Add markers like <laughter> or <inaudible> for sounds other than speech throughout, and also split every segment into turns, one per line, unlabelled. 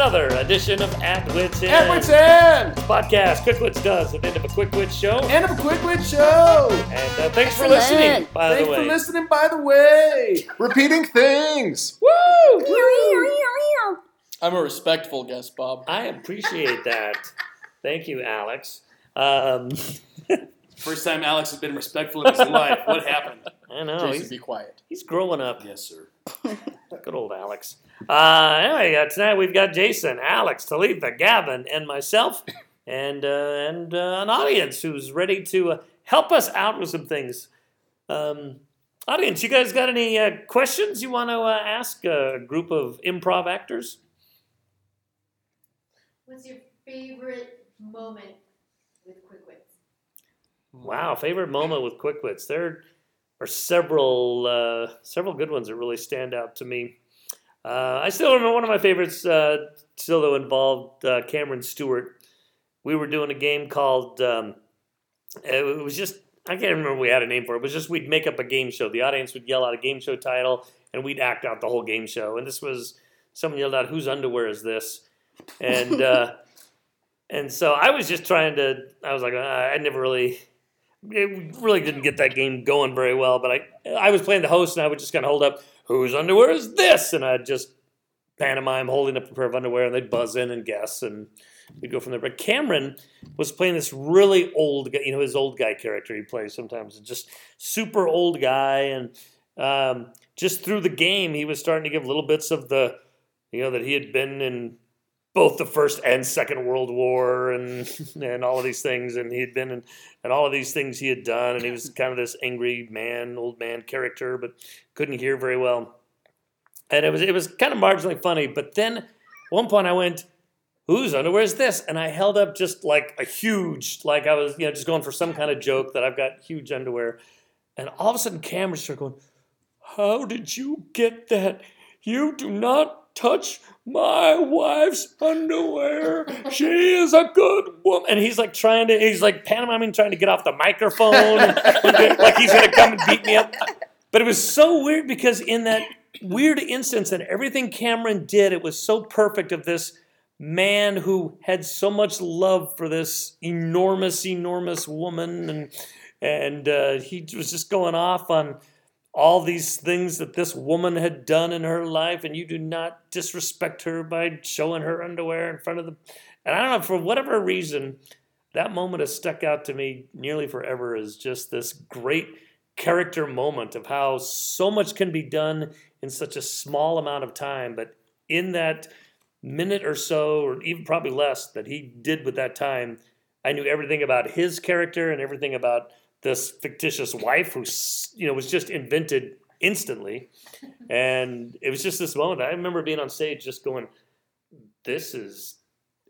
edition of At Wits End
Edwardson!
podcast. Quick Wits does at the end of a Quick Wits show.
End of a quick wit show!
And uh, thanks for
Excellent.
listening, by
Thanks
the
for
way.
listening, by the way! Repeating things! Woo!
I'm a respectful guest, Bob.
I appreciate that. Thank you,
<laughs>
Alex. Um,
First time Alex has been respectful in his life. What
<laughs>
happened?
<laughs> I know.
Jason,
He's,
be quiet.
he's growing up.
Yes, sir.
Good old Alex. Uh, anyway, uh, tonight we've got Jason, Alex, Talitha, Gavin, and myself, and uh, and uh, an audience who's ready to uh, help us out with some things. Um, audience, you guys got any uh, questions you want to uh, ask a group of improv actors?
What's your favorite moment with Quick Wits?
Wow, favorite moment with Quick Wits. There are several uh, several good ones that really stand out to me. Uh, I still remember one of my favorites, uh, still though involved uh, Cameron Stewart. We were doing a game called. Um, it was just I can't remember what we had a name for it. It was just we'd make up a game show. The audience would yell out a game show title, and we'd act out the whole game show. And this was someone yelled out, "Whose underwear is this?" And uh, and so I was just trying to. I was like, uh, I never really it really didn't get that game going very well. But I I was playing the host, and I would just kind of hold up, "Whose underwear is this?" And I'd just pantomime holding up a pair of underwear, and they'd buzz in and guess, and we'd go from there. But Cameron was playing this really old guy, you know, his old guy character he plays sometimes, just super old guy, and um, just through the game, he was starting to give little bits of the, you know, that he had been in both the first and second world war and <laughs> and all of these things and he had been in and all of these things he had done and he was kind of this angry man old man character but couldn't hear very well and it was it was kind of marginally funny but then at one point i went whose underwear is this and i held up just like a huge like i was you know just going for some kind of joke that i've got huge underwear and all of a sudden cameras started going how did you get that you do not touch my wife's underwear. She is a good woman. And he's like trying to, he's like pantomiming, trying to get off the microphone. <laughs> like he's going to come and beat me up. But it was so weird because in that weird instance and everything Cameron did, it was so perfect of this man who had so much love for this enormous, enormous woman. And, and uh, he was just going off on all these things that this woman had done in her life, and you do not disrespect her by showing her underwear in front of the. And I don't know, for whatever reason, that moment has stuck out to me nearly forever as just this great character moment of how so much can be done in such a small amount of time. But in that minute or so, or even probably less, that he did with that time, I knew everything about his character and everything about this fictitious wife who s- you know was just invented instantly and it was just this moment i remember being on stage just going this is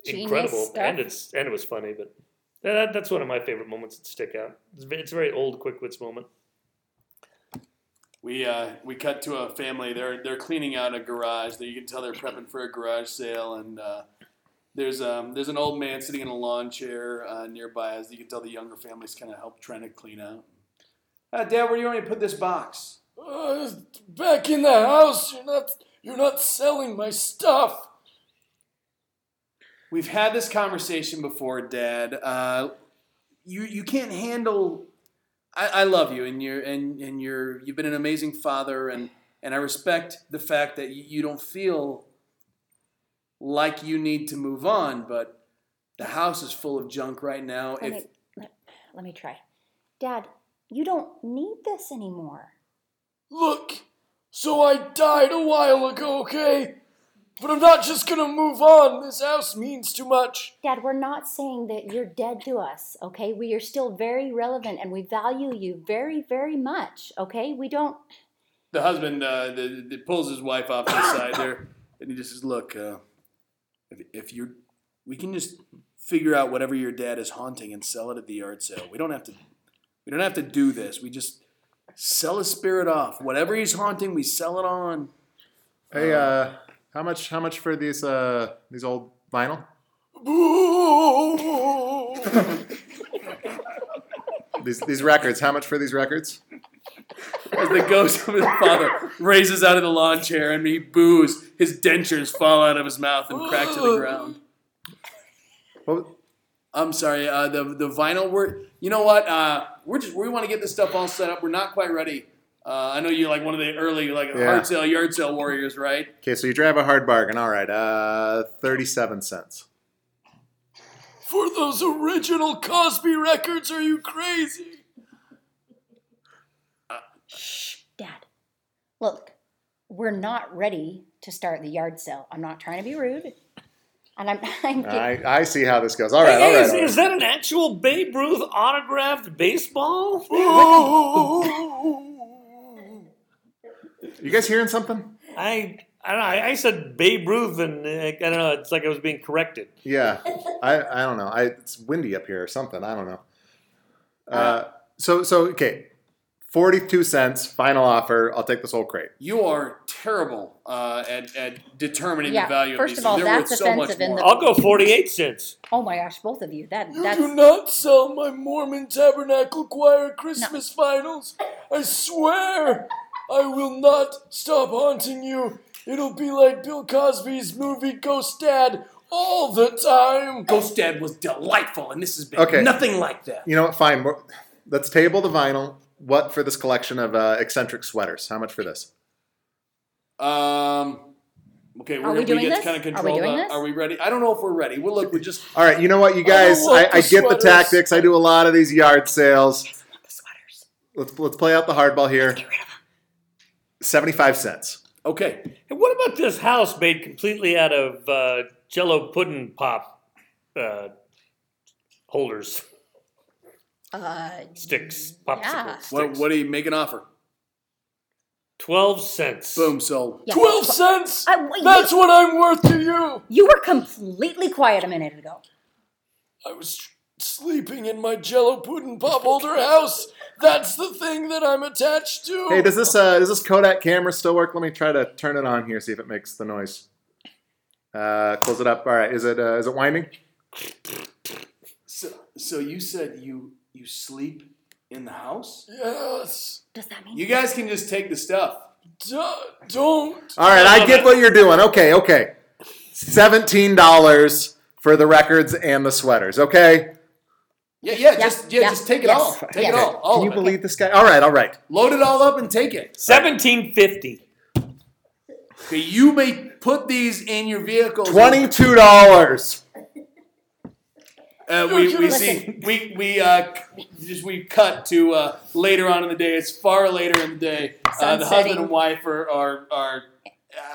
Genius
incredible
stuff.
and it's and it was funny but that, that's one of my favorite moments that stick out it's, ve- it's a very old quick wits moment
We uh, we cut to a family. They're they're cleaning out a garage. That you can tell they're prepping for a garage sale. And uh, there's um there's an old man sitting in a lawn chair uh, nearby. As you can tell, the younger family's kind of help trying to clean out. Uh, Dad, where do you want me to put this box?
Uh, back in the house. You're not. You're not selling my stuff.
We've had this conversation before, Dad. Uh, you you can't handle. I, I love you, and you're and and you're you've been an amazing father, and and I respect the fact that you, you don't feel like you need to move on, but the house is full of junk right now.
Let
If
me, let, let me try. Dad, you don't need this anymore.
Look. So I died a while ago, okay? But I'm not just gonna move on. This house means too much.
Dad, we're not saying that you're dead to us, okay? We are still very relevant and we value you very, very much, okay? We don't.
the husband uh, the, the pulls his wife off to the side there, and he just says, "Look, uh, if, if you're, we can just figure out whatever your dad is haunting and sell it at the yard sale. We don't have to, we don't have to do this. We just sell his spirit off. Whatever he's haunting, we sell it on.
Hey, uh, how much how much for these uh these old
<laughs>
vinyl? These these records, how much for these records?
As the ghost of his father raises out of the lawn chair, and he boos. his dentures fall out of his mouth and crack to the ground.
What-
I'm sorry. Uh, the the vinyl. We're you know what? Uh, we're just we want to get this stuff all set up. We're not quite ready. Uh, I know you're like one of the early like
Yeah.
hard sale yard sale warriors, right?
Okay, so you drive a hard bargain. All right, uh, thirty-seven cents.
For those original Cosby records, are you crazy?
Shh, Dad. Look, we're not ready to start the yard sale. I'm not trying to be rude. And I'm, <laughs> I'm
I, I see how this goes. All right, all right.
is,
All right.
is that an actual Babe Ruth autographed <laughs> baseball?
You guys hearing something?
I I don't know. I, I said Babe Ruth, and uh, I don't know. It's like I was being corrected.
Yeah, I, I don't know. I, it's windy up here or something. I don't know. Uh, so so okay, forty-two cents final offer. I'll take this whole crate.
You are terrible uh, at, at determining
Yeah,
the value
first
of these.
of all,
They're
that's
worth so much
offensive in
more.
the-
I'll go forty-eight cents.
oh my gosh, both of you. That
You
that's
do not sell my Mormon Tabernacle Choir Christmas finals. I swear I will not stop haunting you. It'll be like Bill Cosby's movie Ghost Dad all the time.
Ghost Dad Oh, was delightful, and this has been
Okay.
nothing like that.
You know what? Fine. we're- Let's table the vinyl. What for this collection of uh, eccentric sweaters? How much for this?
Um, okay,
Are
we're
we
gonna,
doing
get
this?
to kind of
Are we
control.
doing
the-
this?
Are we ready? I don't know if we're ready. We'll look. We just
All right. You know what, you guys?
love
I,
the
I get the
sweaters.
tactics. I do a lot of these yard sales.
the sweaters.
Let's let's play out the hardball here.
Get rid of them.
Seventy-five cents.
okay.
Hey, what about this house made completely out of uh, Jello pudding pop uh, holders,
Uh,
sticks, popsicle
Yeah.
sticks?
What, what do you make an offer?
Twelve cents.
Boom. So
yeah.
12 cents?
I- wait,
That's what I'm worth to you.
You were completely quiet a minute ago.
I was sleeping in my jello pudding pop holder house. That's the thing that I'm attached to.
Hey, does this uh, does this Kodak camera still work? Let me try to turn it on here, see if it makes the noise. Uh, close it up. All right. Is it uh, is it winding?
So, so you said you you sleep in the house?
Yes.
Does that mean
You guys can just take the stuff.
D- don't.
All right. I get what you're doing. Okay. Okay. Seventeen dollars for the records and the sweaters. Okay.
Yeah, yeah,
Yeah,
just yeah,
yeah,
just take it
yes,
all. Take it
yes.
all. all
Can you
of it.
believe this guy? All right. All right.
Load it all up and take it.
Seventeen fifty.
Okay, you may put these in your vehicle.
Twenty-two dollars.
Uh, we we see
Listen.
we we uh, c- just we cut to uh, later on in the day. It's far later in the day. Uh, the
Sun's
husband
setting.
and wife are are, are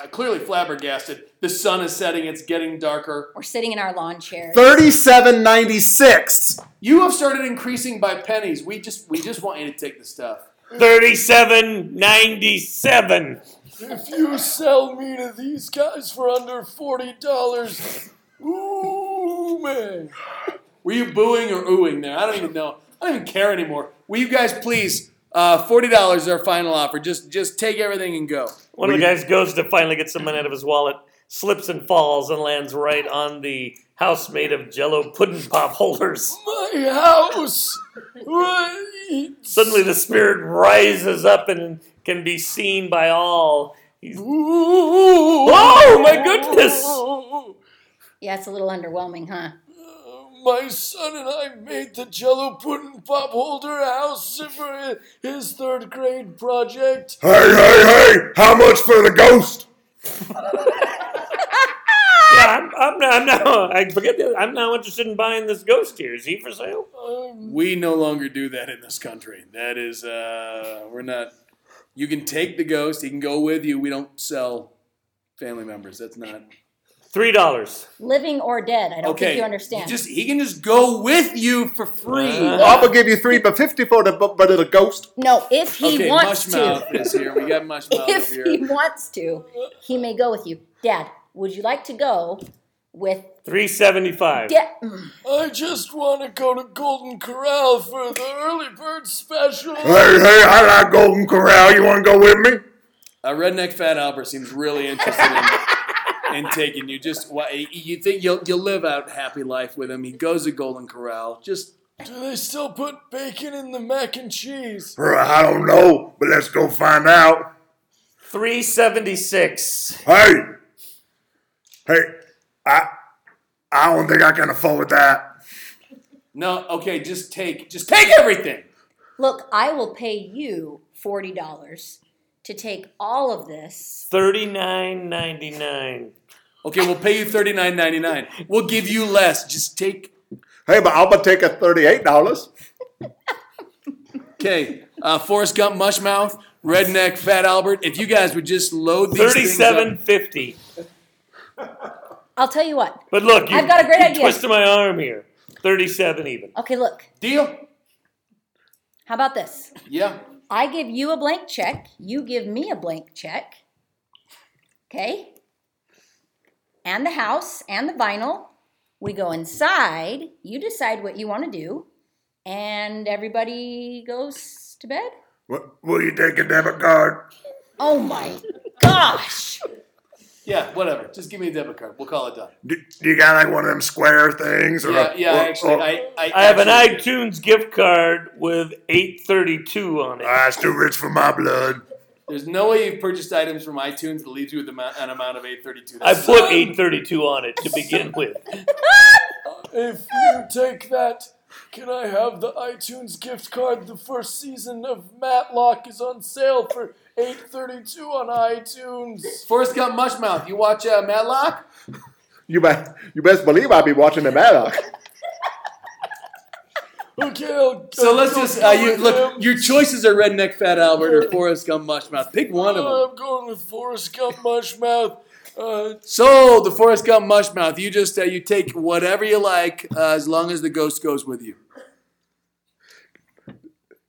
uh, clearly flabbergasted. The sun is setting. It's getting darker.
we're sitting in our lawn chair?
Thirty-seven ninety-six.
You have started increasing by pennies. We just we just want you to take the stuff.
Thirty-seven ninety-seven.
If you sell me to these guys for under forty dollars, ooh man.
Were you booing or oohing there? I don't even know. I don't even care anymore. Will you guys please? Uh, Forty dollars is our final offer. Just just take everything and go.
One of the guys goes to finally get some money out of his wallet, slips and falls, and lands right on the house made of Jello pudding pop holders.
My house. Wait.
Suddenly, the spirit rises up and can be seen by all. He's,
Ooh.
oh my goodness!
Yeah, it's a little underwhelming, huh?
My son and I made the Jello Pudding Pop Holder house for his third grade project.
Hey, hey, hey! How much for the ghost?
Yeah, I'm, I'm, not- I'm now. I forget. That, I'm now interested in buying this ghost here. Is he for sale?
Um,
We no longer do that in this country. That is, uh, we're not. You can take the ghost. He can go with you. We don't sell family members. That's not
Three dollars.
Living or dead? I don't
okay.
think you understand.
He just he can just go with you for free.
Uh,
I'm gonna give you three, but fifty for the but the ghost.
no, if he
okay,
wants <laughs>
Mushmouth
to,
is here. We got
<laughs>
Mushmouth
if
over
he
here.
wants to, he may go with you. Dad, would you like to go with? mm,
Three seventy-five.
Da-
I just want to go to Golden Corral for the early bird special.
hey! I like Golden Corral. You want to go with me?
Uh, redneck Fat Albert seems really interested in, in taking you. Just why you think you'll you'll live out happy life with him. He goes to Golden Corral. Just
Do they still put bacon in the mac and cheese?
I don't know, but let's go find out.
Three seventy-six.
Hey,
Hey, I I don't think I can afford that.
No, okay, just take, just take everything.
Look, I will pay you $40 to take all of this.
Thirty nine ninety nine.
Okay, we'll pay you thirty nine ninety nine. We'll give you less. Just take.
Hey, but I'll but take a thirty-eight dollars.
Okay, uh, Forrest Gump, Mushmouth, Redneck, Fat Albert. If you guys would just load these
Thirty
things up-
seven fifty.
I'll tell you what.
But look, you,
I've got a great
you
idea.
twisted my arm here. Thirty seven even.
Okay, look,
deal.
how about this?
Yeah.
I give you a blank check, you give me a blank check. Okay? And the house and the vinyl. We go inside, you decide what you want to do, and everybody goes to bed.
Will you take a debit card?
Oh my gosh!
Yeah, whatever. Just give me a debit card. We'll call it done.
Do, do you got like one of them square things?
Yeah, yeah. I actually, I, I,
I have an
actually-
iTunes gift card with eight thirty two on it.
Ah, it's too rich for my blood.
There's no way you've purchased items from iTunes that leaves you with amount, an amount of eight thirty two.
I put eight thirty two on it to begin with.
If you take that, can I have the iTunes gift card? The first season of Matlock is on sale for eight thirty-two on iTunes.
Forrest Gump, Mushmouth. You watch uh, Matlock?
You bet. You best believe I'll be watching the Matlock.
Okay, I'll,
So
I'll
let's
go
just uh, you
with
look.
him.
<laughs>
Your choices are Redneck, Fat Albert, or Forrest Gump, Mushmouth. Pick one of them.
Oh.
I'm going with Forrest Gump, Mushmouth. Uh,
So the Forrest Gump mushmouth, you just uh, you take whatever you like uh, as long as the ghost goes with you.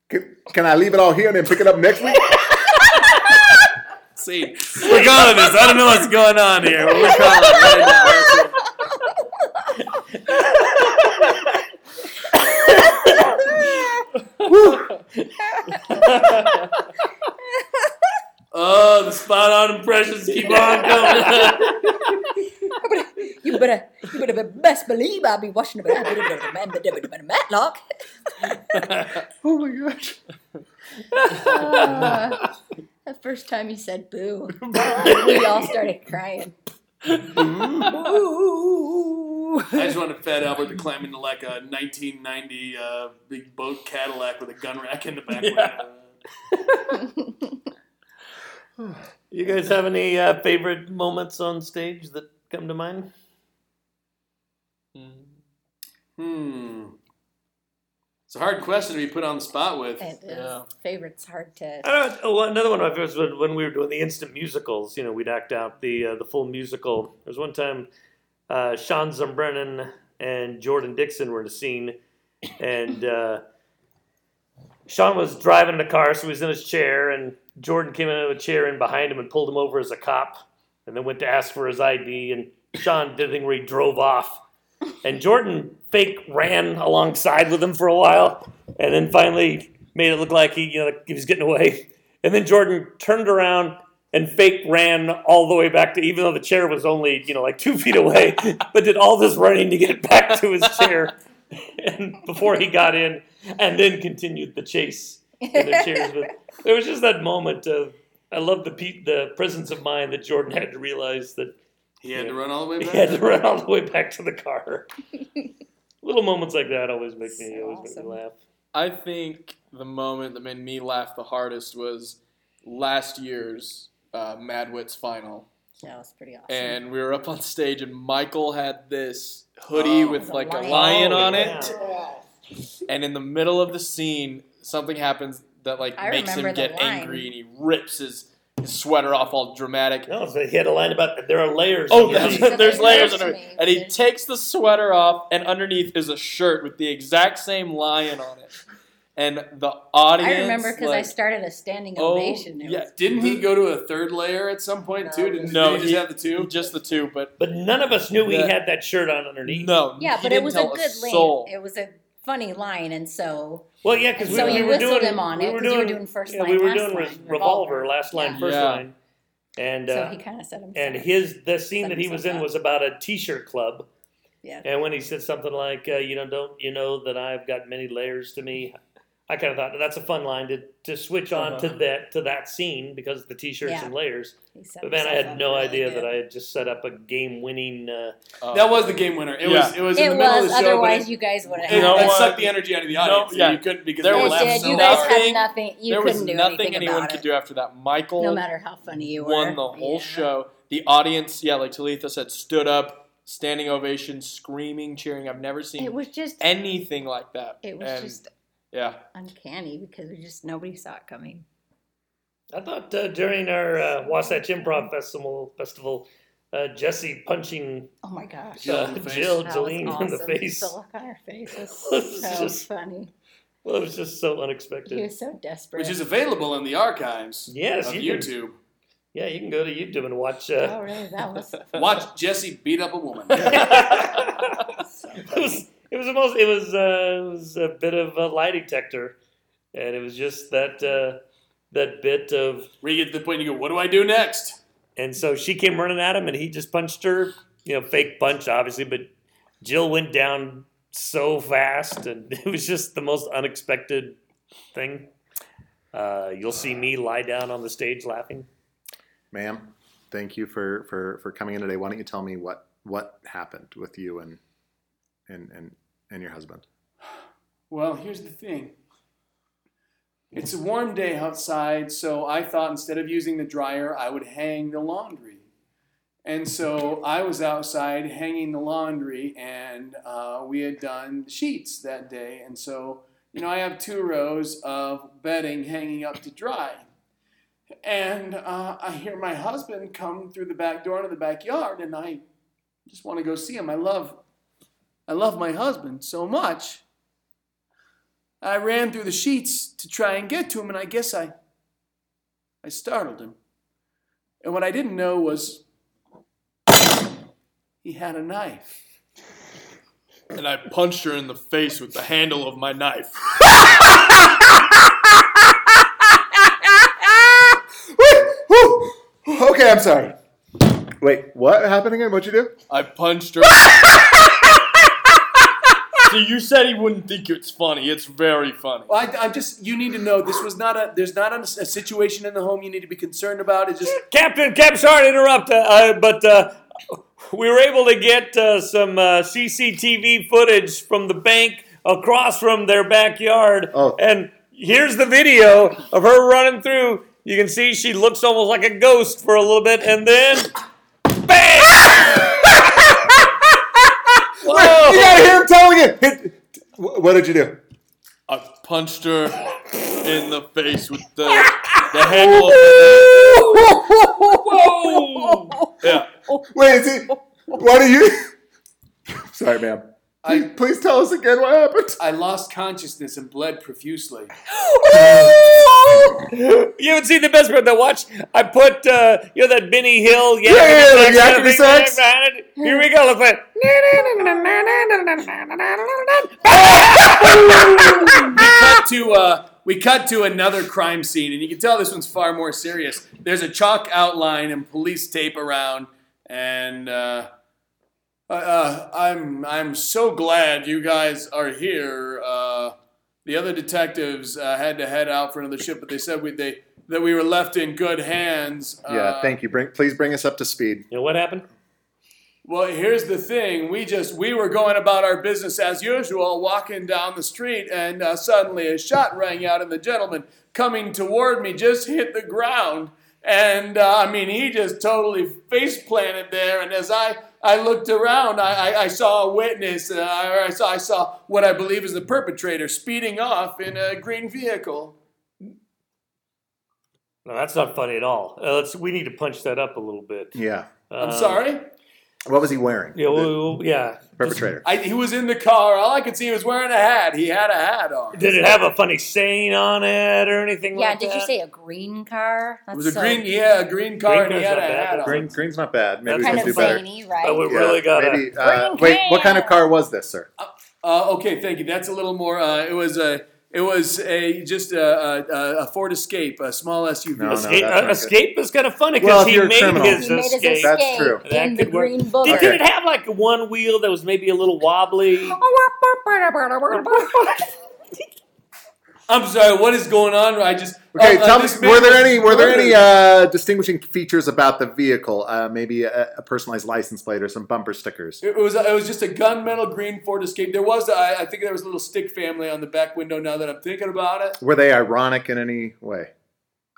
Can, can I leave it all here and then pick it up next week?
<laughs> See, we're going with this. I don't know what's going on here. but We're calling it right now. That's it. Oh, the spot on impressions keep on coming.
You better, you better be- best believe I'll be watching
<laughs>
about Matlock.
oh my gosh.
Uh, the first time you said boo, we all started crying. Boo.
<laughs> I just wanted Fat Albert to climb into like a 1990 uh, big boat Cadillac with a gun rack in the back.
You guys have any uh, favorite moments on stage that come to mind?
Hmm. It's a hard question to be put on the spot with.
It is.
Yeah.
Favorite's hard to.
I don't know, oh, well, another one of my favorites was when we were doing the instant musicals. You know, we'd act out the uh, the full musical. There was one time uh, Sean Zambrennan and Jordan Dixon were in a scene, and uh, Sean was driving the car, so he was in his chair, and Jordan came out of a chair in behind him and pulled him over as a cop, and then went to ask for his ID, and Sean did a thing where he drove off, and Jordan fake ran alongside with him for a while, and then finally made it look like he, you know, he was getting away, and then Jordan turned around. And fake ran all the way back to, even though the chair was only, you know, like two feet away, but did all this running to get back to his chair and before he got in, and then continued the chase in
<laughs>
their chairs. But there was just that moment of I love the pe- the presence of mind that Jordan had to realize that
He had to run all the way
he
back.
had to run all the way back to the car. Little moments like that always make me always
Awesome.
make me laugh.
I think the moment that made me laugh the hardest was last year's uh, Mad Wits final,
That was pretty awesome.
and we were up on stage, and Michael had this hoodie
Oh.
with like a
lion.
lion
Oh,
on
yeah.
it, and in the middle of the scene, something happens that like
I
makes him
remember the
get
line.
angry, and he rips his, his sweater off, all dramatic.
No, so he had a line about that there are layers.
Oh,
under
<laughs> there's,
these.
So
there's
there's
layers
layers
under
to
it.
me.
And he
There's-
takes the sweater off, and underneath is a shirt with the exact same lion on it. And the audience.
I remember because I
like-
started a standing
Oh,
ovation. It
yeah.
was-
Didn't he go to a third layer at some point too? Didn't,
No,
did he just
he-
have the two?
Just the two, but
but none of us knew he
Yeah.
had that shirt on underneath.
no.
yeah,
he
but it
didn't
was a
tell
good
soul.
line. It was a funny line, and so
Well, yeah, because we,
so
we
you
were
whistled
doing
him on
we
it
were
'cause you were
doing,
doing first
yeah,
line,
we were
last
doing
line,
re- revolver,
revolver.
last line,
Yeah.
first
Yeah.
line, and
so
uh,
he kind of set himself.
And his the scene
Set
that he was in
himself up.
was about a T-shirt club.
Yeah.
And when he said something like, uh, "You know, don't you know that I've got many layers to me? I kind of thought that's a fun line to, to switch on to
Uh-huh.
that to that scene because of the t-shirts
Yeah.
and layers.
He set
But man, I
himself
had
up
no
really
idea
good.
that I had just set up a game-winning. Uh,
Uh,
That was the game winner. It was. It was in
It
the middle
was.
of the show. but it-
Otherwise, you guys would have.
It,
You know
that
what?
sucked the energy out of the audience.
yeah.
you couldn't because
There
they
It
was
laughed
did.
so
You guys
loud.
had
nothing-
nothing. You
there was
couldn't do
nothing
anything
anyone
about
could
it.
do after that. Michael
No matter how funny you were.
won the whole
Yeah.
show. The audience, yeah, like Talitha said, stood up, standing ovation, screaming, cheering. I've never seen
It was just.
anything like that.
It was
And,
just
yeah.
uncanny because we just nobody saw it coming.
I thought uh, during our uh, Wasatch Improv Festival festival, uh, Jesse punching
Oh my gosh.
Jill
uh,
in the face.
Jill
That was
Jolene in the
awesome.
face.
The look on her face was
It's
so
just-
funny.
Well, it was just so unexpected.
He was so desperate.
Which is available in the archives
Yes,
of
you can-
YouTube.
Yeah, you can go to YouTube and watch. Uh, <laughs>
oh really? That was
Watch Jesse beat up
<laughs>
a woman.
it was it was almost it was uh, it was a bit of a lie detector, and it was just that uh, that bit of
Where you get to the point you go, what do I do next?
and so she came running at him, and he just punched her. You know, fake punch, obviously, but Jill went down so fast, and <laughs> it was just the most unexpected thing. Uh, you'll see me lie down on the stage laughing.
ma'am. Thank you for for for coming in today. Why don't you tell me what what happened with you and and and and your husband?
Well, here's the thing. It's a warm day outside, so I thought instead of using the dryer, I would hang the laundry. And so I was outside hanging the laundry, and uh, we had done sheets that day. And so, you know, I have two rows of bedding hanging up to dry. And uh, I hear my husband come through the back door into the backyard, and I just want to go see him. I love, I love my husband so much. I ran through the sheets to try and get to him, and I guess I I startled him. And what I didn't know was he had a knife.
And I punched her in the face with the handle of my knife.
Okay, I'm sorry. Wait, what happened again? What'd you do?
<laughs>
I punched her. See, you said he wouldn't think it's funny. It's very funny.
Well, I, I just you need to know this was not a there's not a, a situation in the home you need to be concerned about. It's just
Captain, Captain, sorry to interrupt, uh, uh, but uh, we were able to get uh, some uh, CCTV footage from the bank across from their backyard.
Oh.
And here's the video of her running through. You can see she looks almost like a ghost for a little bit, and then.
<laughs>
Bang!
You
Whoa!
gotta hear him telling it. Hit- wh- What did you do?
I punched her in the face with the,
<laughs>
the handle of my
Whoa!
knife.
Wait, is he? Why do you? Sorry, ma'am.
I
Please tell us again what happened.
I lost consciousness and bled profusely.
You haven't seen the best part of that watch. I put, uh, you know, that Benny Hill. Yeah,
yeah, yeah, the Yakety Sax.
Here we go. Let's play. it.
cut to uh, we cut to another crime scene, and you can tell this one's far more serious. There's a chalk outline and police tape around, and uh, uh, uh, I'm I'm so glad you guys are here. Uh, the other detectives uh, had to head out for another ship, but they said we they that we were left in good hands. Uh,
Uh,
Yeah, thank you. Bring, please bring us up to speed.
You know what happened?
Well, here's the thing. We just we were going about our business as usual, walking down the street, and uh, suddenly a shot rang out, and the gentleman coming toward me just hit the ground. And uh, I mean, he just totally face planted there. And as I I looked around, I, I, I saw a witness, uh, or I saw I saw what I believe is the perpetrator speeding off in a green vehicle.
No, that's not funny at all. Uh, let's. We need to punch that up a little bit.
Yeah.
I'm
Um,
sorry.
What was he wearing?
Yeah.
The
Well, yeah.
perpetrator.
I, he was in the car. All I could see was wearing a hat. He had a hat on.
Did it have a funny saying on it or anything
yeah,
like that?
did you say a green car? That's
It was a
so
green, yeah, a green car,
Green
and he
car's
had a
not bad,
hat
but
on.
Green, green's not bad. Maybe we
That's
kind
can
of
do better.
zany,
I would
right?
Yeah,
really gotta.
maybe, uh,
Green
wait, what
can.
kind of car was this, sir?
Uh, okay, thank you. That's a little more. Uh, it was a, it was a just a, a, a Ford Escape, a small SUV.
Oh, No, no.
Escape,
that's
uh,
not
escape is kind of funny
Well,
because
if
he
you're a
made
criminal.
his
He made his
escape.
escape
That's true.
That
in the
could work.
green
Did,
booger.
did it have like one wheel
<laughs>
<laughs>
that was maybe a little wobbly?
I'm sorry. What is going on? I just
Okay,
uh, uh,
tell
this
me,
man
were there
was
any were there any
murdered.
uh, distinguishing features about the vehicle? Uh, maybe a, a personalized license plate or some bumper stickers.
It was it was just a gunmetal green Ford Escape. There was I, I think there was a little stick family on the back window. Now that I'm thinking about it,
Were they ironic in any way?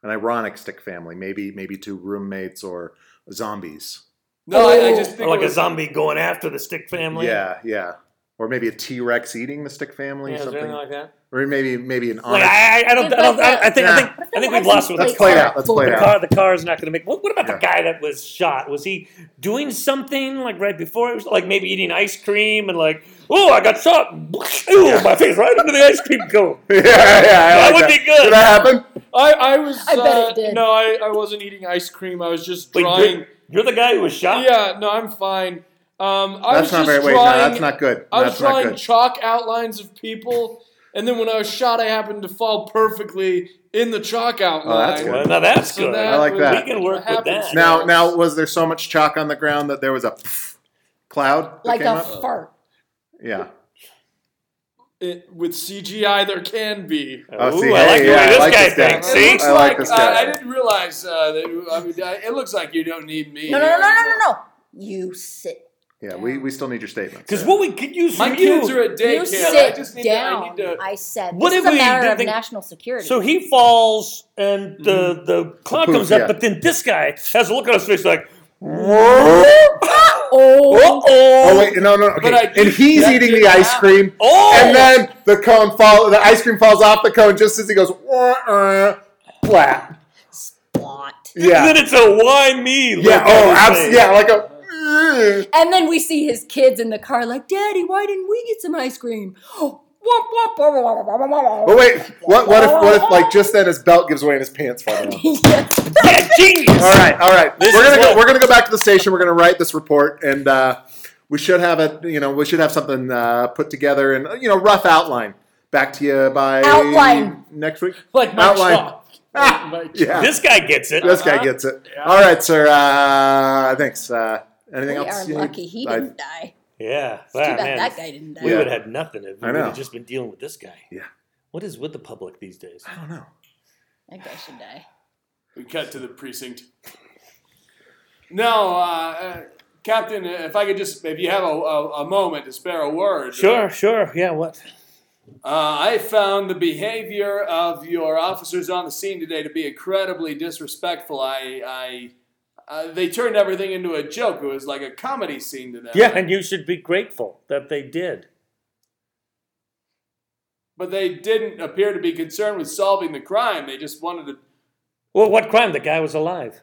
An ironic stick family, maybe maybe two roommates or zombies.
no, I, I just think
Or like
it
a
was,
zombie going after the stick family.
Yeah, yeah. Or maybe a T Rex eating the stick
Yeah,
family,
is
or
there
something.
anything like that?
or maybe maybe an
Like
honest.
I, I- I don't, I don't, I, I think, I think, I think we've lost one.
Let's play it out. Let's play it
The car,
out.
the car is not going to make. What, what about
Yeah.
the guy that was shot? Was he doing something like right before? It was like maybe eating ice cream and like, oh, I got shot. Ooh, my face right under the ice cream cone.
yeah, yeah, <laughs> I
That
like
would be good.
Did that happen?
I, I was.
I bet it
uh,
did.
No, I, I wasn't eating ice cream. I was just
Wait,
drawing.
you're, you're the guy who was shot.
yeah, no, I'm fine. Um, I was
That's
just
not very. Wait,
drawing.
no, that's not good.
I was
that's not
drawing
good.
chalk outlines of people, and then when I was shot, I happened to fall perfectly in the chalk outline.
Oh, that's good.
Well, now that's
So
good.
that
I like
was-
that.
We can work with that.
Now, now, was there so much chalk on the ground that there was a pff cloud that
Like
came
a
up?
fart.
Yeah.
It- with CGI, there can be.
Oh,
Ooh,
see,
I like
hey,
the
yeah,
way
I
this
like
guy
this guy.
thinks.
it
See,
looks
I like
like
this
uh,
guy.
I didn't realize uh, that. I mean, I, it looks like you don't need me.
No, no, no, no, no, no, no. You sit.
Yeah, we, we still need your statements.
because what we could use
My
from
kids
you.
are at
You
daycare. I
sit
just need
down.
To, I need to.
I said.
What
this
if
is a
we
matter
did
of
the-
national security.
So he falls, and
Mm-hmm.
the the cloud
The poof,
comes up,
yeah.
but then this guy has a look on his face
<laughs>
like,
oh,
Oh
oh,
wait, no, no, okay.
But I-
and he's
that
eating
didn't
the ice
happen.
cream,
Oh!
and then the cone fall. The ice cream falls off the cone just as he goes. Uh, flat.
Blot.
Yeah.
Then it's a why me? look
Yeah.
on
Oh,
his
abs-
face.
yeah. Like a.
And then we see his kids in the car, like, Daddy, why didn't we get some ice cream? <gasps> Womp, womp, womp, womp, womp, womp,
But
womp.
wait, what? What if? What if? Like just then, his belt gives way and his pants fall down.
<laughs> yes.
<laughs> Yeah, genius.
<laughs> All right, all right.
This
we're
is
gonna go,
what-
we're gonna go back to the station. We're gonna write this report, and uh, we should have a you know we should have something uh, put together and uh, you know rough outline back to you by
Outline.
next week.
Like my
Outline.
chalk.
Ah,
Like my chalk.
yeah, this,
This guy gets it.
Uh-huh.
guy gets it. All right, sir. Uh, thanks. Uh, anything
We
else?
are
you need?
lucky he
I-
didn't die.
Yeah.
Too
Wow,
bad
man.
that guy didn't die.
We
Yeah.
would have had nothing if we
I
would
know.
have just been dealing with this guy.
Yeah.
What is with the public these days?
I don't know.
That guy should die.
We cut to the precinct. No, uh, uh, Captain. If I could just, if you have a, a, a moment to spare a word.
Sure, sure. Yeah, what?
Uh, I found the behavior of your officers on the scene today to be incredibly disrespectful. I, I, uh, they turned everything into a joke. It was like a comedy scene to them.
Yeah, and you should be grateful that they did.
But they didn't appear to be concerned with solving the crime. They just wanted to.
Well, what crime? The guy was alive.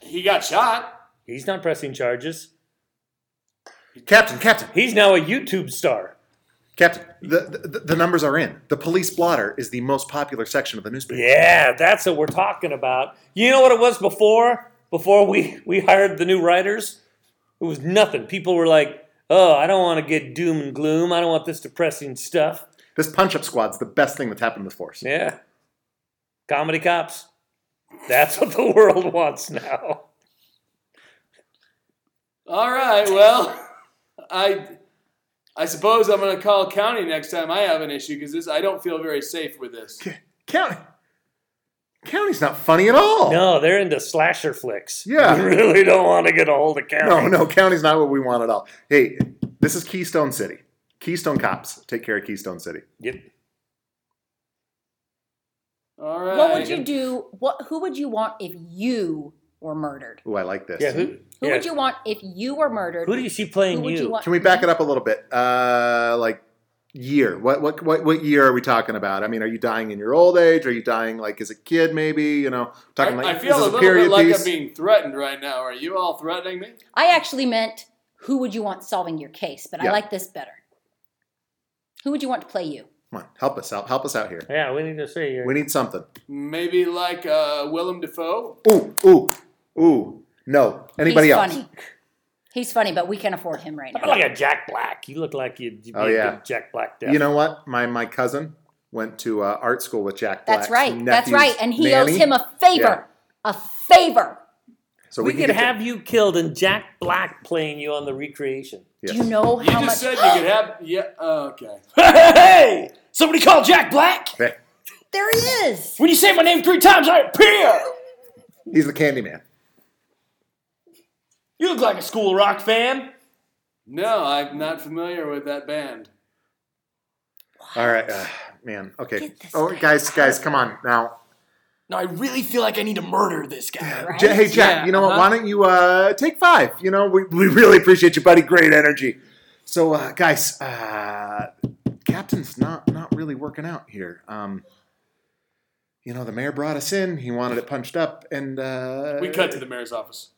He got shot.
He's not pressing charges.
Captain, Captain,
He's now a YouTube star.
Captain. The, the the numbers are in. The police blotter is the most popular section of the newspaper.
Yeah, that's what we're talking about. You know what it was before? Before we, we hired the new writers? It was nothing. People were like, oh, I don't want to get doom and gloom. I don't want this depressing stuff.
This punch up squad's the best thing that's happened to the force.
Yeah. Comedy cops. That's what the <laughs> world wants now.
All right. Well, I, I suppose I'm gonna call county next time I have an issue because this I don't feel very safe with this.
County. County's not funny at all.
No, they're into slasher flicks.
Yeah.
You really don't want to get a hold of
No, <laughs>
county.
Oh, no, county's not what we want at all. Hey, this is Keystone City. Keystone cops take care of Keystone City.
Yep.
All right.
What would you do? What? Who would you want if you were murdered?
Ooh, I like this.
Yeah, who,
Who
yeah.
would you want if you were murdered?
who do you see playing
Who would
you?
you want?
Can we back it up a little bit? Uh, like year. What, what what what year are we talking about? I mean, are you dying in your old age? Are you dying like as a kid? Maybe you know. Talking
I,
like
I feel
this
a
is
little
period
bit like
piece.
I'm being threatened right now. Are you all threatening me?
I actually meant who would you want solving your case, but
Yeah.
I like this better. Who would you want to play you?
Come on, help us out. Help us out here.
Yeah, we need to see.
We need something.
Maybe like uh, Willem Dafoe.
Ooh, ooh, ooh. No, anybody
He's
else?
Funny. He's funny, but we can afford him right
How
now.
about like a Jack Black? You look like you'd, you'd be
Oh, yeah.
a good Jack Black death.
You know what? My my cousin went to uh, art school with Jack.
That's
Black's
right. That's
nephew's
right. And he owes
nanny.
him a favor. A favor.
So
we,
can
could
get to-
have you killed and Jack Black playing you on the recreation.
Yes.
Do you know
You
how
just
much?
said you could have. Yeah. oh, okay.
Hey!
Somebody call Jack Black!
There he is.
When you say my name three times, I appear!
He's the candy man.
You look like a school rock fan.
No, I'm not familiar with that band.
<sighs>
All right, uh, man. Okay.
Get this
Oh,
guy
guys, guys, come on now.
Now I really feel like I need to murder this guy.
Right? <laughs>
J- hey, Jack.
Yeah,
you know what?
uh-huh.
Why don't you uh, take five? You know, we, we really appreciate you, buddy. Great energy. So, uh, guys, uh, Captain's not not really working out here. Um, you know, the mayor brought us in. He wanted it punched up, and uh,
We cut to the mayor's office.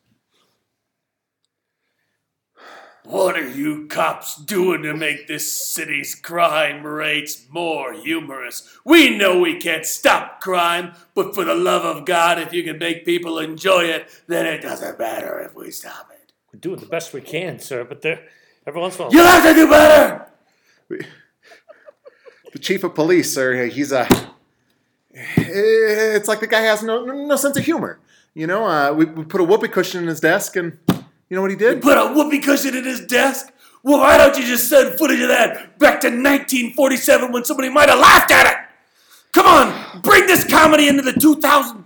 What are you cops doing to make this city's crime rates more humorous? We know we can't stop crime, but for the love of God, if you can make people enjoy it, then it doesn't matter if we stop it.
We're doing the best we can, sir, but there, every once in a while.
You have to do better!
the chief of police, sir. He's a. It's like the guy has no no sense of humor. You know, uh, we, we put a whoopee cushion in his desk, and you know what he did?
Put a whoopee cushion in his desk? Well, why don't you just send footage of that back to 1947 when somebody might have laughed at it? Come on, bring this comedy into the 2018s.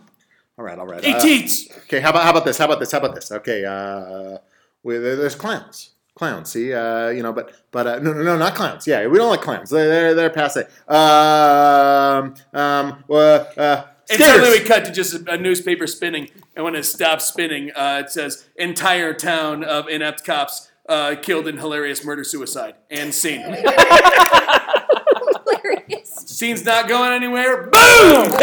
All right, all right. uh, Okay, how about how about this? How about this? How about this? Okay, uh, we, there- there's clowns, clowns. See, uh, you know, but but uh, no, no, no, not clowns. Yeah, we don't like clowns. They're they're, they're past that. Um, um, uh, uh,
And suddenly we
skaters.
cut to just a, a newspaper spinning, and when it stops spinning, uh, it says entire town of inept cops uh, killed in hilarious murder suicide. And <laughs> scene.
Hilarious.
Scene's not going anywhere. <laughs> Boom!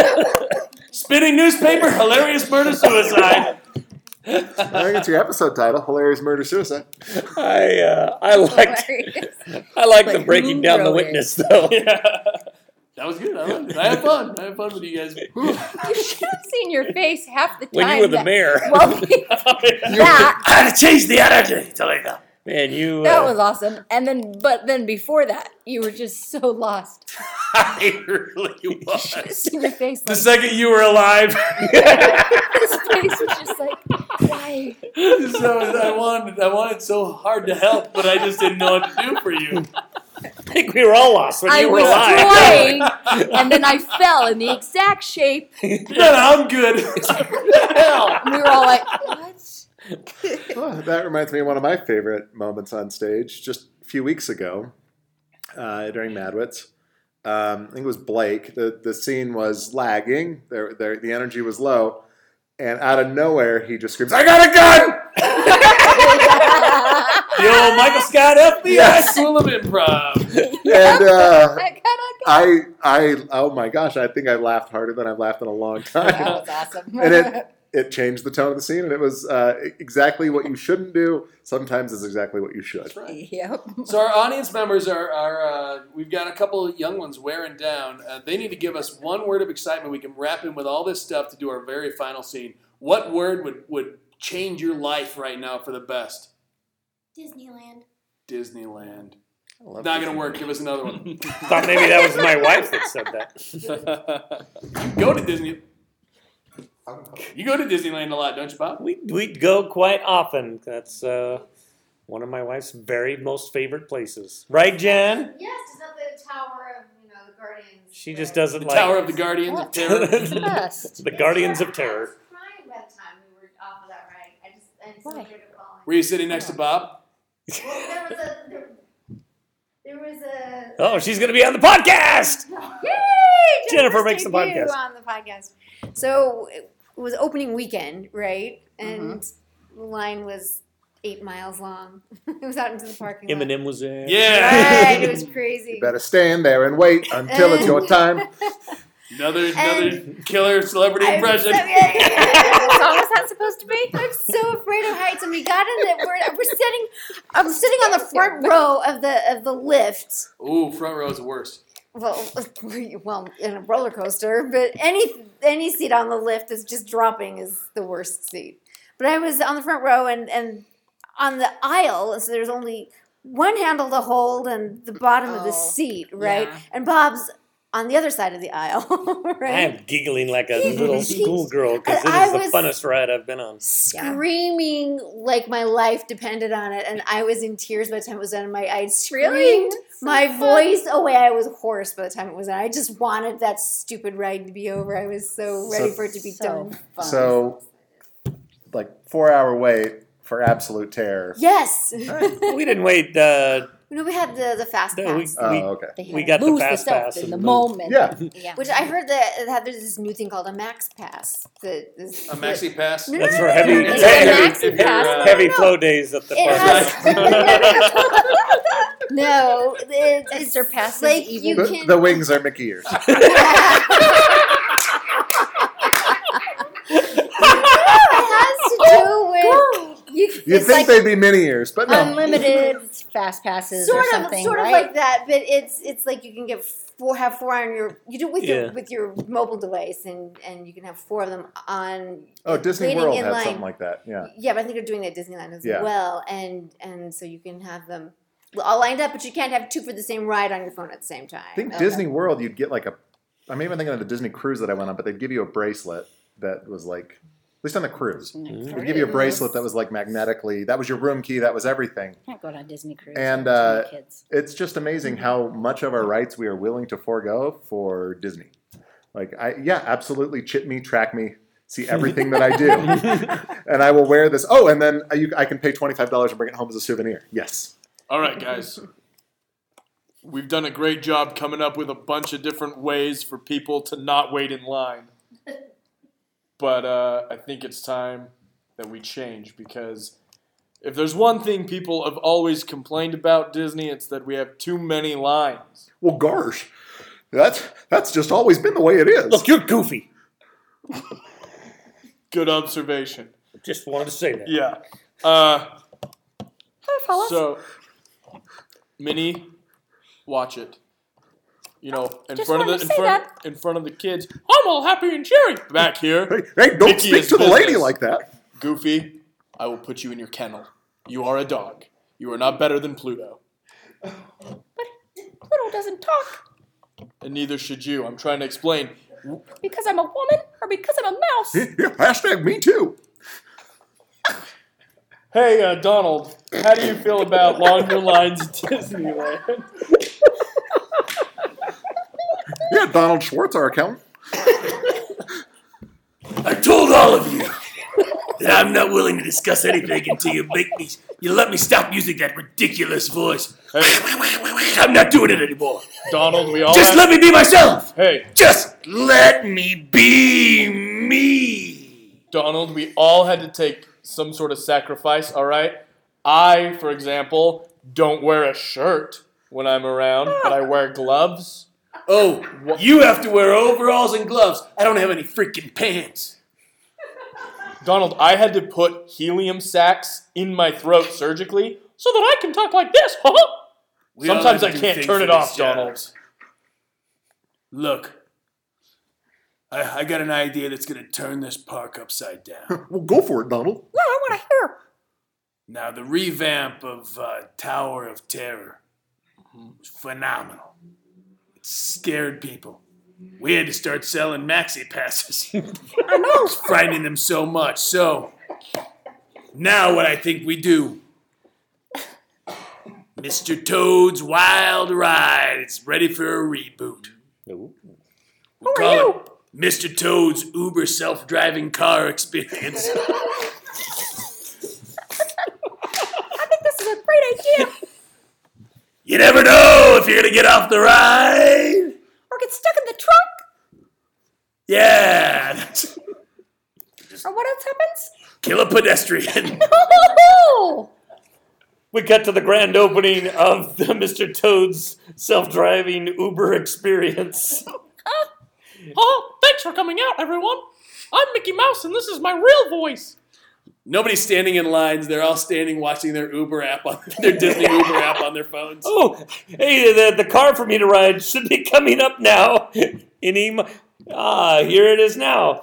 spinning newspaper, hilarious murder suicide.
I think it's your episode title: hilarious
<laughs>
murder suicide.
I, uh, I like
Hilarious.
I like
But
the breaking
who
down the
wrote it?
witness, though.
That was good. I, liked it. I had fun. I had fun with you guys.
You should have seen your face half the time.
When you were the
that-
mayor.
<laughs>
<laughs>
Well, that
I had to change the energy to like uh, that.
Man, you.
that
Uh,
was awesome. And then, but then before that, you were just so lost.
<laughs> I really <laughs>
You <laughs> should
was.
have seen your face.
The
Like,
second you were alive,
his face was just like, why?
<laughs> so I wanted, I wanted so hard to help, but I just didn't know what to do for <laughs> you.
<laughs> I think we were all lost when
I
you were
was
alive.
trying, and then I fell in the exact shape.
No, no, I'm good. <laughs> Hell.
And we were all like, what? <laughs>
Oh, that reminds me of one of my favorite moments on stage just a few weeks ago uh, during Madwitz. Um, I think it was Blake. The, the scene was lagging, there, there, the energy was low, and out of nowhere, he just screams, I got a gun!
Yo, Michael Scott FBI.
Yes. School of Improv.
And uh,
I got
I, I, oh my gosh, I think I laughed harder than I've laughed in a long
a That
time.
was awesome.
Uh, And it, it changed the tone of the scene, and it was uh, exactly what you shouldn't do. Sometimes it's exactly what you should.
<laughs> yep.
So our audience members are, are uh, we've got a couple of young ones wearing down. Uh, they need to give us one word of excitement. We can wrap in with all this stuff to do our very final scene. What word would, would change your life right now for the best?
Disneyland.
Disneyland.
I love
Not gonna
this movie.
work. Give us
<laughs>
another one.
Thought maybe that was my wife that said that.
you go to Disney. You go to Disneyland a lot, don't you, Bob?
We we'd go quite often. That's uh, one of my wife's very most favorite places. Right, Jan?
Yes, is that the tower of you know the Guardians?
She just
where-
doesn't
The
like
Tower of the Guardians
<laughs>
of Terror.
<laughs>
Best.
the Guardians of Terror.
I was crying by the time we were off of that ride. I just I just
Why?
started bawling.
Were you sitting next to Bob?
Well, there was a there, there was a
Oh, she's gonna be on the podcast.
Yay!
Jennifer
Jennifer's
makes the
debut
podcast.
on the podcast. So it was opening weekend, right?
Mm-hmm.
And the line was eight miles long. <laughs> it was out into the parking lot.
Eminem was there.
Right, it was crazy.
You better stand there and wait until it's
<laughs>
your time.
Another another killer celebrity
I'm
impression.
So, yeah, yeah, yeah. That's always how it's supposed to be. I'm so afraid of heights, and we got in there. We're, we're sitting. I'm sitting on the front row of the of the lift.
Ooh, front row is worse.
Well, <laughs> well, in a roller coaster, but any any seat on the lift is just dropping is the worst seat. But I was on the front row and and on the aisle, and so there's only one handle to hold and the bottom of
Oh,
the seat, right?
yeah.
And Bob's on the other side of the aisle, <laughs> right?
I'm giggling like a
He- <laughs>
little
he-
schoolgirl because it
I- I
is
was-
the funnest ride I've been on.
Screaming like my life depended on it, and I was in tears by the time it was done. My I screamed
Really?
my
So fun.
voice away. I was hoarse by the time it was done. I just wanted that stupid ride to be over. I was so ready
So-
for it to be
so
done.
fun.
So, like four hour wait for absolute terror.
Yes, <laughs>
we didn't wait. Uh,
no, we had the the fast
no, we,
pass.
Oh,
we,
okay.
They had
We
to
got the
lose
fast
self
pass
in
and
the
moved.
moment.
Yeah.
yeah.
Which I heard that it had- there's this new thing called a Max Pass. That is,
A maxi pass.
No, no,
that's
no,
for
no,
heavy,
no,
heavy,
it's
it's a
a
heavy,
Max
if you're,
Pass.
uh,
No,
heavy
no, no.
flow days at the
It
park.
has. <laughs> no, it,
It
it's
surpasses
like
evil.
You
The,
can,
the wings are Mickey
<laughs>
ears.
it has to do with you,
You'd
it's like
think they'd be mini ears, but no.
Unlimited <laughs> fast passes
sort
or
of
something,
sort
right?
of like that, but it's it's like you can get four have four on your you do it with
Yeah.
your with your mobile device and and you can have four of them on
oh, Disney
waiting
World
in
had
line.
something like that. Yeah.
Yeah, but I think they're doing that at Disneyland as
Yeah.
well, and and so you can have them all lined up, but you can't have two for the same ride on your phone at the same time.
I think
Okay.
Disney World, you'd get like a. I'm even thinking of the Disney cruise that I went on, but they'd give you a bracelet that was like, at least on the cruise, they'd give you a bracelet that was like magnetically. That was your room key. That was everything.
Can't go on a Disney cruise.
And,
with
uh,
two kids.
It's just amazing how much of our
Mm-hmm.
rights we are willing to forego for Disney. Like, I yeah, absolutely chip me, track me,
<laughs>
see everything that I do, and I will wear this. Oh, and then you, I can pay twenty five dollars and bring it home as a souvenir. Yes.
<laughs> All right, guys. We've done a great job coming up with a bunch of different ways for people to not wait in line. But uh, I think it's time that we change because if there's one thing people have always complained about Disney, it's that we have too many lines.
Well, gosh, that's that's just always been the way it
<laughs>
is.
Look, you're goofy.
Good observation.
Just wanted to say that.
Yeah. Uh,
Follow us?
So, Minnie, watch it. You know, in
Just
front of the
wanted to
in
say
front, in front of the kids, I'm all happy and cheery. Back here,
Hey, hey, don't
Mickey
speak
is
to the lady
business.
like that.
Goofy, I will put you in your kennel. You are a dog. You are not better than Pluto,
Pluto doesn't talk
and neither should you. I'm trying to explain.
because I'm a woman or because I'm a mouse.
Hashtag me too.
Hey, uh, Donald, how do you feel about longer lines at <laughs> Disneyland?
Yeah, Donald Schwartz, our accountant.
I told all of you that I'm not willing to discuss anything until you make me, you let me stop using that ridiculous voice. I'm not doing it anymore.
Donald, we all
Just
have-
let me be myself.
hey,
Just let me be me.
Donald, we all had to take some sort of sacrifice, all right? I, for example, don't wear a shirt when I'm around, but I wear gloves.
Oh,
What-
you have to wear overalls and gloves. I don't have any freaking pants.
Donald, I had to put helium sacks in my throat surgically so that I can talk like this.
We all
Sometimes I
have to do
can't
things
turn
for
it
this
off,
job.
Donald.
Look, I, I got an idea that's gonna turn this park upside down.
Well, go for it, Donald.
No, I want to hear.
now, the revamp of uh, Tower of Terror was phenomenal. It scared people. We had to start selling maxi <laughs> passes.
I know.
frightening them so much. So now what I think we do. Mr. Toad's Wild Ride. It's ready for a reboot.
Ooh.
We'll call it Mr. Toad's Uber self-driving car experience.
This is a great idea.
you never know if you're gonna get off the ride.
Or get stuck in the trunk.
Yeah. that's- <laughs>
Or what else happens?
Kill a pedestrian.
Oh,
We cut to the grand opening of the <laughs> Mr. Toad's self-driving Uber experience.
Oh, thanks for coming out, everyone. I'm Mickey Mouse, and this is my real voice.
Nobody's standing in lines. They're all standing watching their Uber app on <laughs> their Disney Uber app on their phones.
Oh, hey, the, the car for me to ride should be coming up now. <laughs> Any, mo- ah, here it is now.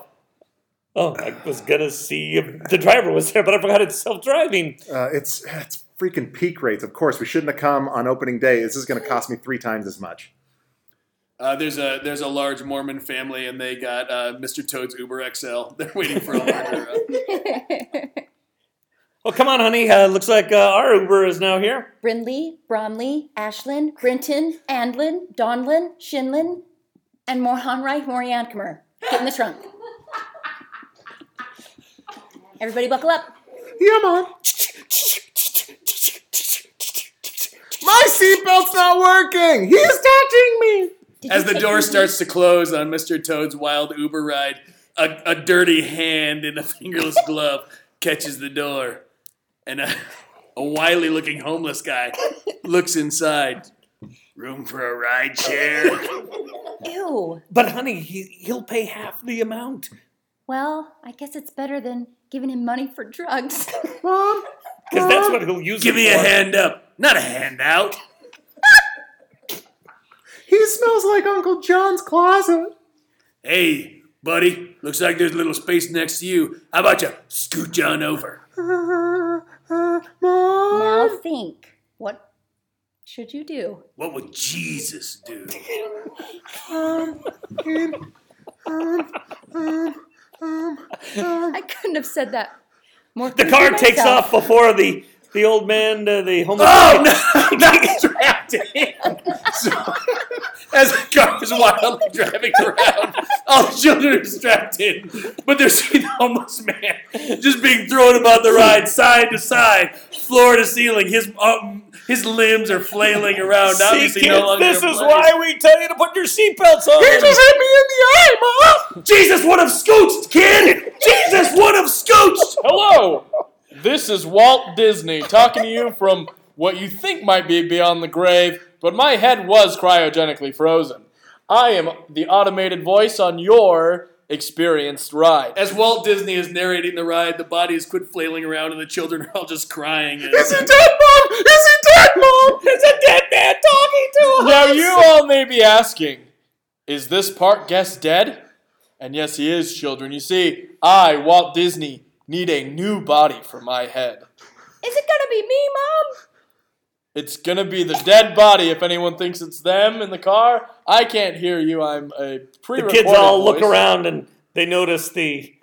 Oh, I was gonna see if the driver was there, but I forgot it's self-driving.
Uh, it's it's freaking peak rates. Of course, we shouldn't have come on opening day. This is going to cost me three times as much.
Uh, there's a there's a large Mormon family, and they got uh, Mr. Toad's Uber XL. <laughs> They're waiting for a larger. Uh,
<laughs>
Well, come on, honey. Uh, looks like uh, our Uber is now here.
Brindley, Bromley, Ashland, Brinton, Andlin, Donlin, Shinlin, and Mohanrai Moriankmer. Get in the trunk. Everybody buckle up.
Yeah, Mom. My seatbelt's not working. He's touching me.
as the door starts to close on Mr. Toad's wild Uber ride, a, a dirty hand in a fingerless glove catches the door, and a, a wily looking homeless guy looks inside. Room for a ride share?
Ew.
But, honey, he, he'll pay half the amount.
Well, I guess it's better than giving him money for drugs.
Mom,
Because that's what he'll use
Give
it
me a
for.
hand up, not a handout.
he smells like Uncle John's closet.
Hey, buddy, looks like there's a little space next to you. How about you scooch on over?
Uh, uh, Mom.
now <laughs> think. What should you do?
What would Jesus do?
Um, um, um, um, um, um.
<laughs> I couldn't have said that more.
The car takes off before the the old man, uh, the homeless.
Oh no! <laughs> Not distracted. <laughs> so, as the car is wildly driving around, all the children are distracted, but they're seeing the homeless man just being thrown about the ride, side to side, floor to ceiling. His um, his limbs are flailing around.
See,
obviously,
kids,
no longer
this
in
is
place.
why we tell you to put your seatbelts on.
hit me in the eye, Mom.
Jesus would have scooched, kid. Jesus would have scooched.
Hello! This is Walt Disney talking to you from what you think might be beyond the grave, but my head was cryogenically frozen. I am the automated voice on your experienced ride.
As Walt Disney is narrating the ride, the bodies quit flailing around, and the children are all just crying.
Is he dead, Mom? Is he dead, Mom? It's a dead man talking
<laughs>
to
Now, you all may be asking, is this park guest dead? And yes, he is, children. You see, I, Walt Disney, need a new body for my head.
Is it gonna be me, Mom?
It's gonna be the dead body if anyone thinks it's them in the car. I can't hear you. I'm a pre
The kids all look around and they notice the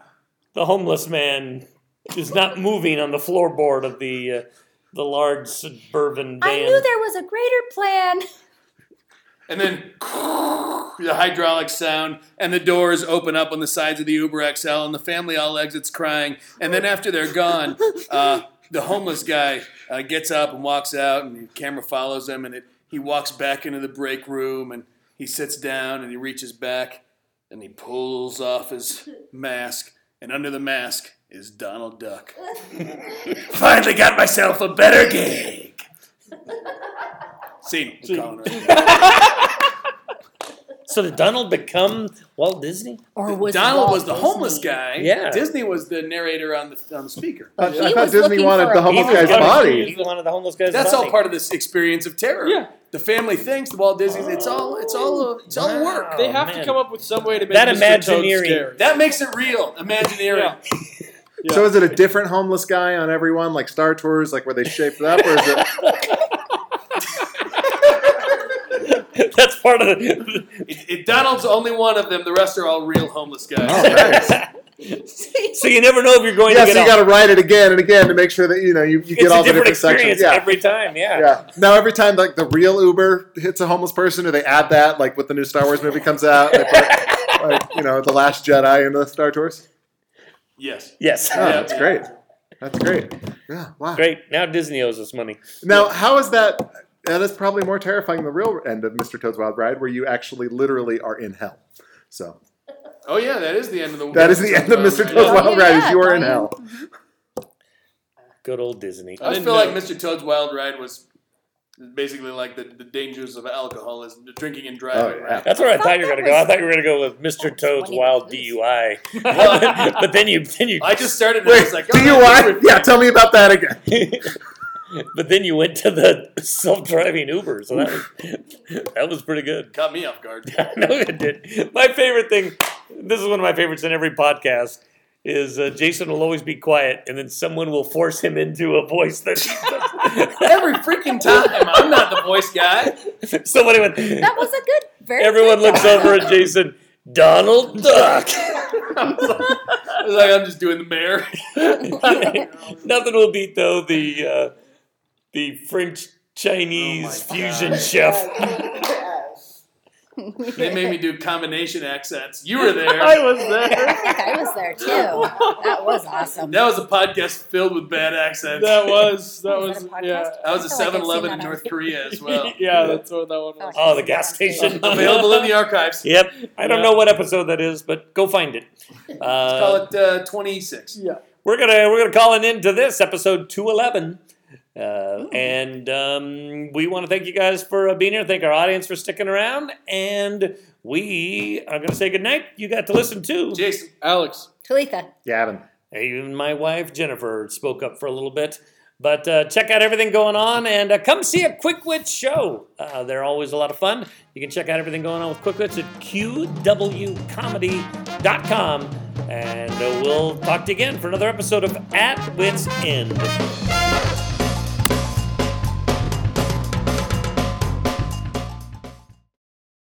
the homeless man is not moving on the floorboard of the uh, the large suburban van.
I knew there was a greater plan.
And then the hydraulic sound, and the doors open up on the sides of the Uber XL, and the family all exits crying. And then after they're gone, uh, the homeless guy uh, gets up and walks out, and the camera follows him, and it, he walks back into the break room, and he sits down, and he reaches back, and he pulls off his mask, and under the mask is Donald Duck.
Finally got myself a better gig.
Scene. I'm calling right now.
So did Donald become Walt Disney?
Or was
Donald
Walt
was the homeless
Disney?
guy.
Yeah.
Disney was the narrator on the on the speaker.
I,
He
I thought
was
Disney
looking
wanted
for
the
a
homeless
body.
guy's body.
He's one of the homeless guys.
That's
body.
all part of this experience of terror.
Yeah.
The family thinks the Walt Disney's. It's all. It's all. uh, It's all
Wow.
work.
Oh,
They have
man.
to come up with some way to make
That
Mr.
Imagineering.
Toad scary.
That makes it real. Imaginary.
Yeah. Yeah.
So is it a different homeless guy on everyone, like Star Tours, like where they shaped it up, or is <laughs> it?
<laughs> That's part of the
It, it, Donald's only one of them. The rest are all real homeless guys.
Oh, nice.
<laughs> so you never know if you're going
Yeah,
to get
so you
off.
got to write it again and again to make sure that you know you, you
it's
get all
a
the
different
different
experience
sections. Yeah.
every time. Yeah.
yeah. Now every time like the real Uber hits a homeless person, or they add that, like with the new Star Wars movie comes out, they put, <laughs> like you know the Last Jedi in the Star Tours.
Yes.
Yes.
Oh,
Yeah.
that's great. That's great. Yeah.
<laughs>
Wow.
Great. Now Disney owes us money.
Now, how is that? uh, that's probably more terrifying than the real end of Mr. Toad's Wild Ride, where you actually literally are in hell. So
Oh yeah, that is the end of the.
that is the end of Mr. Toad's
Yeah.
Wild Ride. Is you are in
Yeah.
hell.
Good old Disney.
I just
didn't
feel
know.
like Mr. Toad's Wild Ride was basically like the, the dangers of alcoholism, the drinking and
Oh
driving.
yeah.
That's where I
thought
thought you were
that
gonna go. I
was- Oh,
thought you were gonna go with Mr.
That was
Toad's
one of the
Wild
clues. <laughs>
DUI. <laughs> but then you then you
I just started. And I
Wait,
was like, oh, that's
DUI?
different.
Yeah, tell me about that again.
<laughs> but then you went to the self-driving Uber, so that was, <laughs> that was pretty good. <laughs>
Caught me off guard.
I know it did. My favorite thing, this is one of my favorites in every podcast, is uh, Jason will always be quiet, and then someone will force him into a voice that
Every freaking time, I'm not the voice guy.
<laughs>
<laughs>
somebody went.
That was a good Very
Everyone
good,
looks
Donald.
over at Jason. Donald Duck. <laughs>
I was like, I'm just doing the mayor.
<laughs> Nothing will beat though the uh, the French Chinese
Oh
fusion
<laughs>
chef. <laughs>
They made me do combination accents. You were there.
I was there.
I think I was
<laughs>
there too. That was awesome.
That was a podcast filled with bad accents.
That was that
Was
was
that a podcast?
yeah.
That was a
I feel like I've seen
7 Eleven in
that on
North Korea
<laughs>
as well.
yeah, that's what that one was.
Oh, the gas station.
Available in the archives.
Yep. I don't
Yeah.
know what episode that is, but go find
<laughs>
it.
Call
Uh,
it uh, 26.
we're gonna we're gonna call an end to this episode two eleven. Uh, and um, we want to thank you guys for uh, being here. Thank our audience for sticking around. And we are going to say goodnight. You got to listen to.
Jason,
Alex.
Talitha.
Gavin.
Even my wife Jennifer spoke up for a little bit. But uh, check out everything going on and uh, come see a Quick Wits show. Uh, they're always a lot of fun. You can check out everything going on with Quick Wits at qwcomedy.com. And uh, we'll talk to you again for another episode of At Wits End.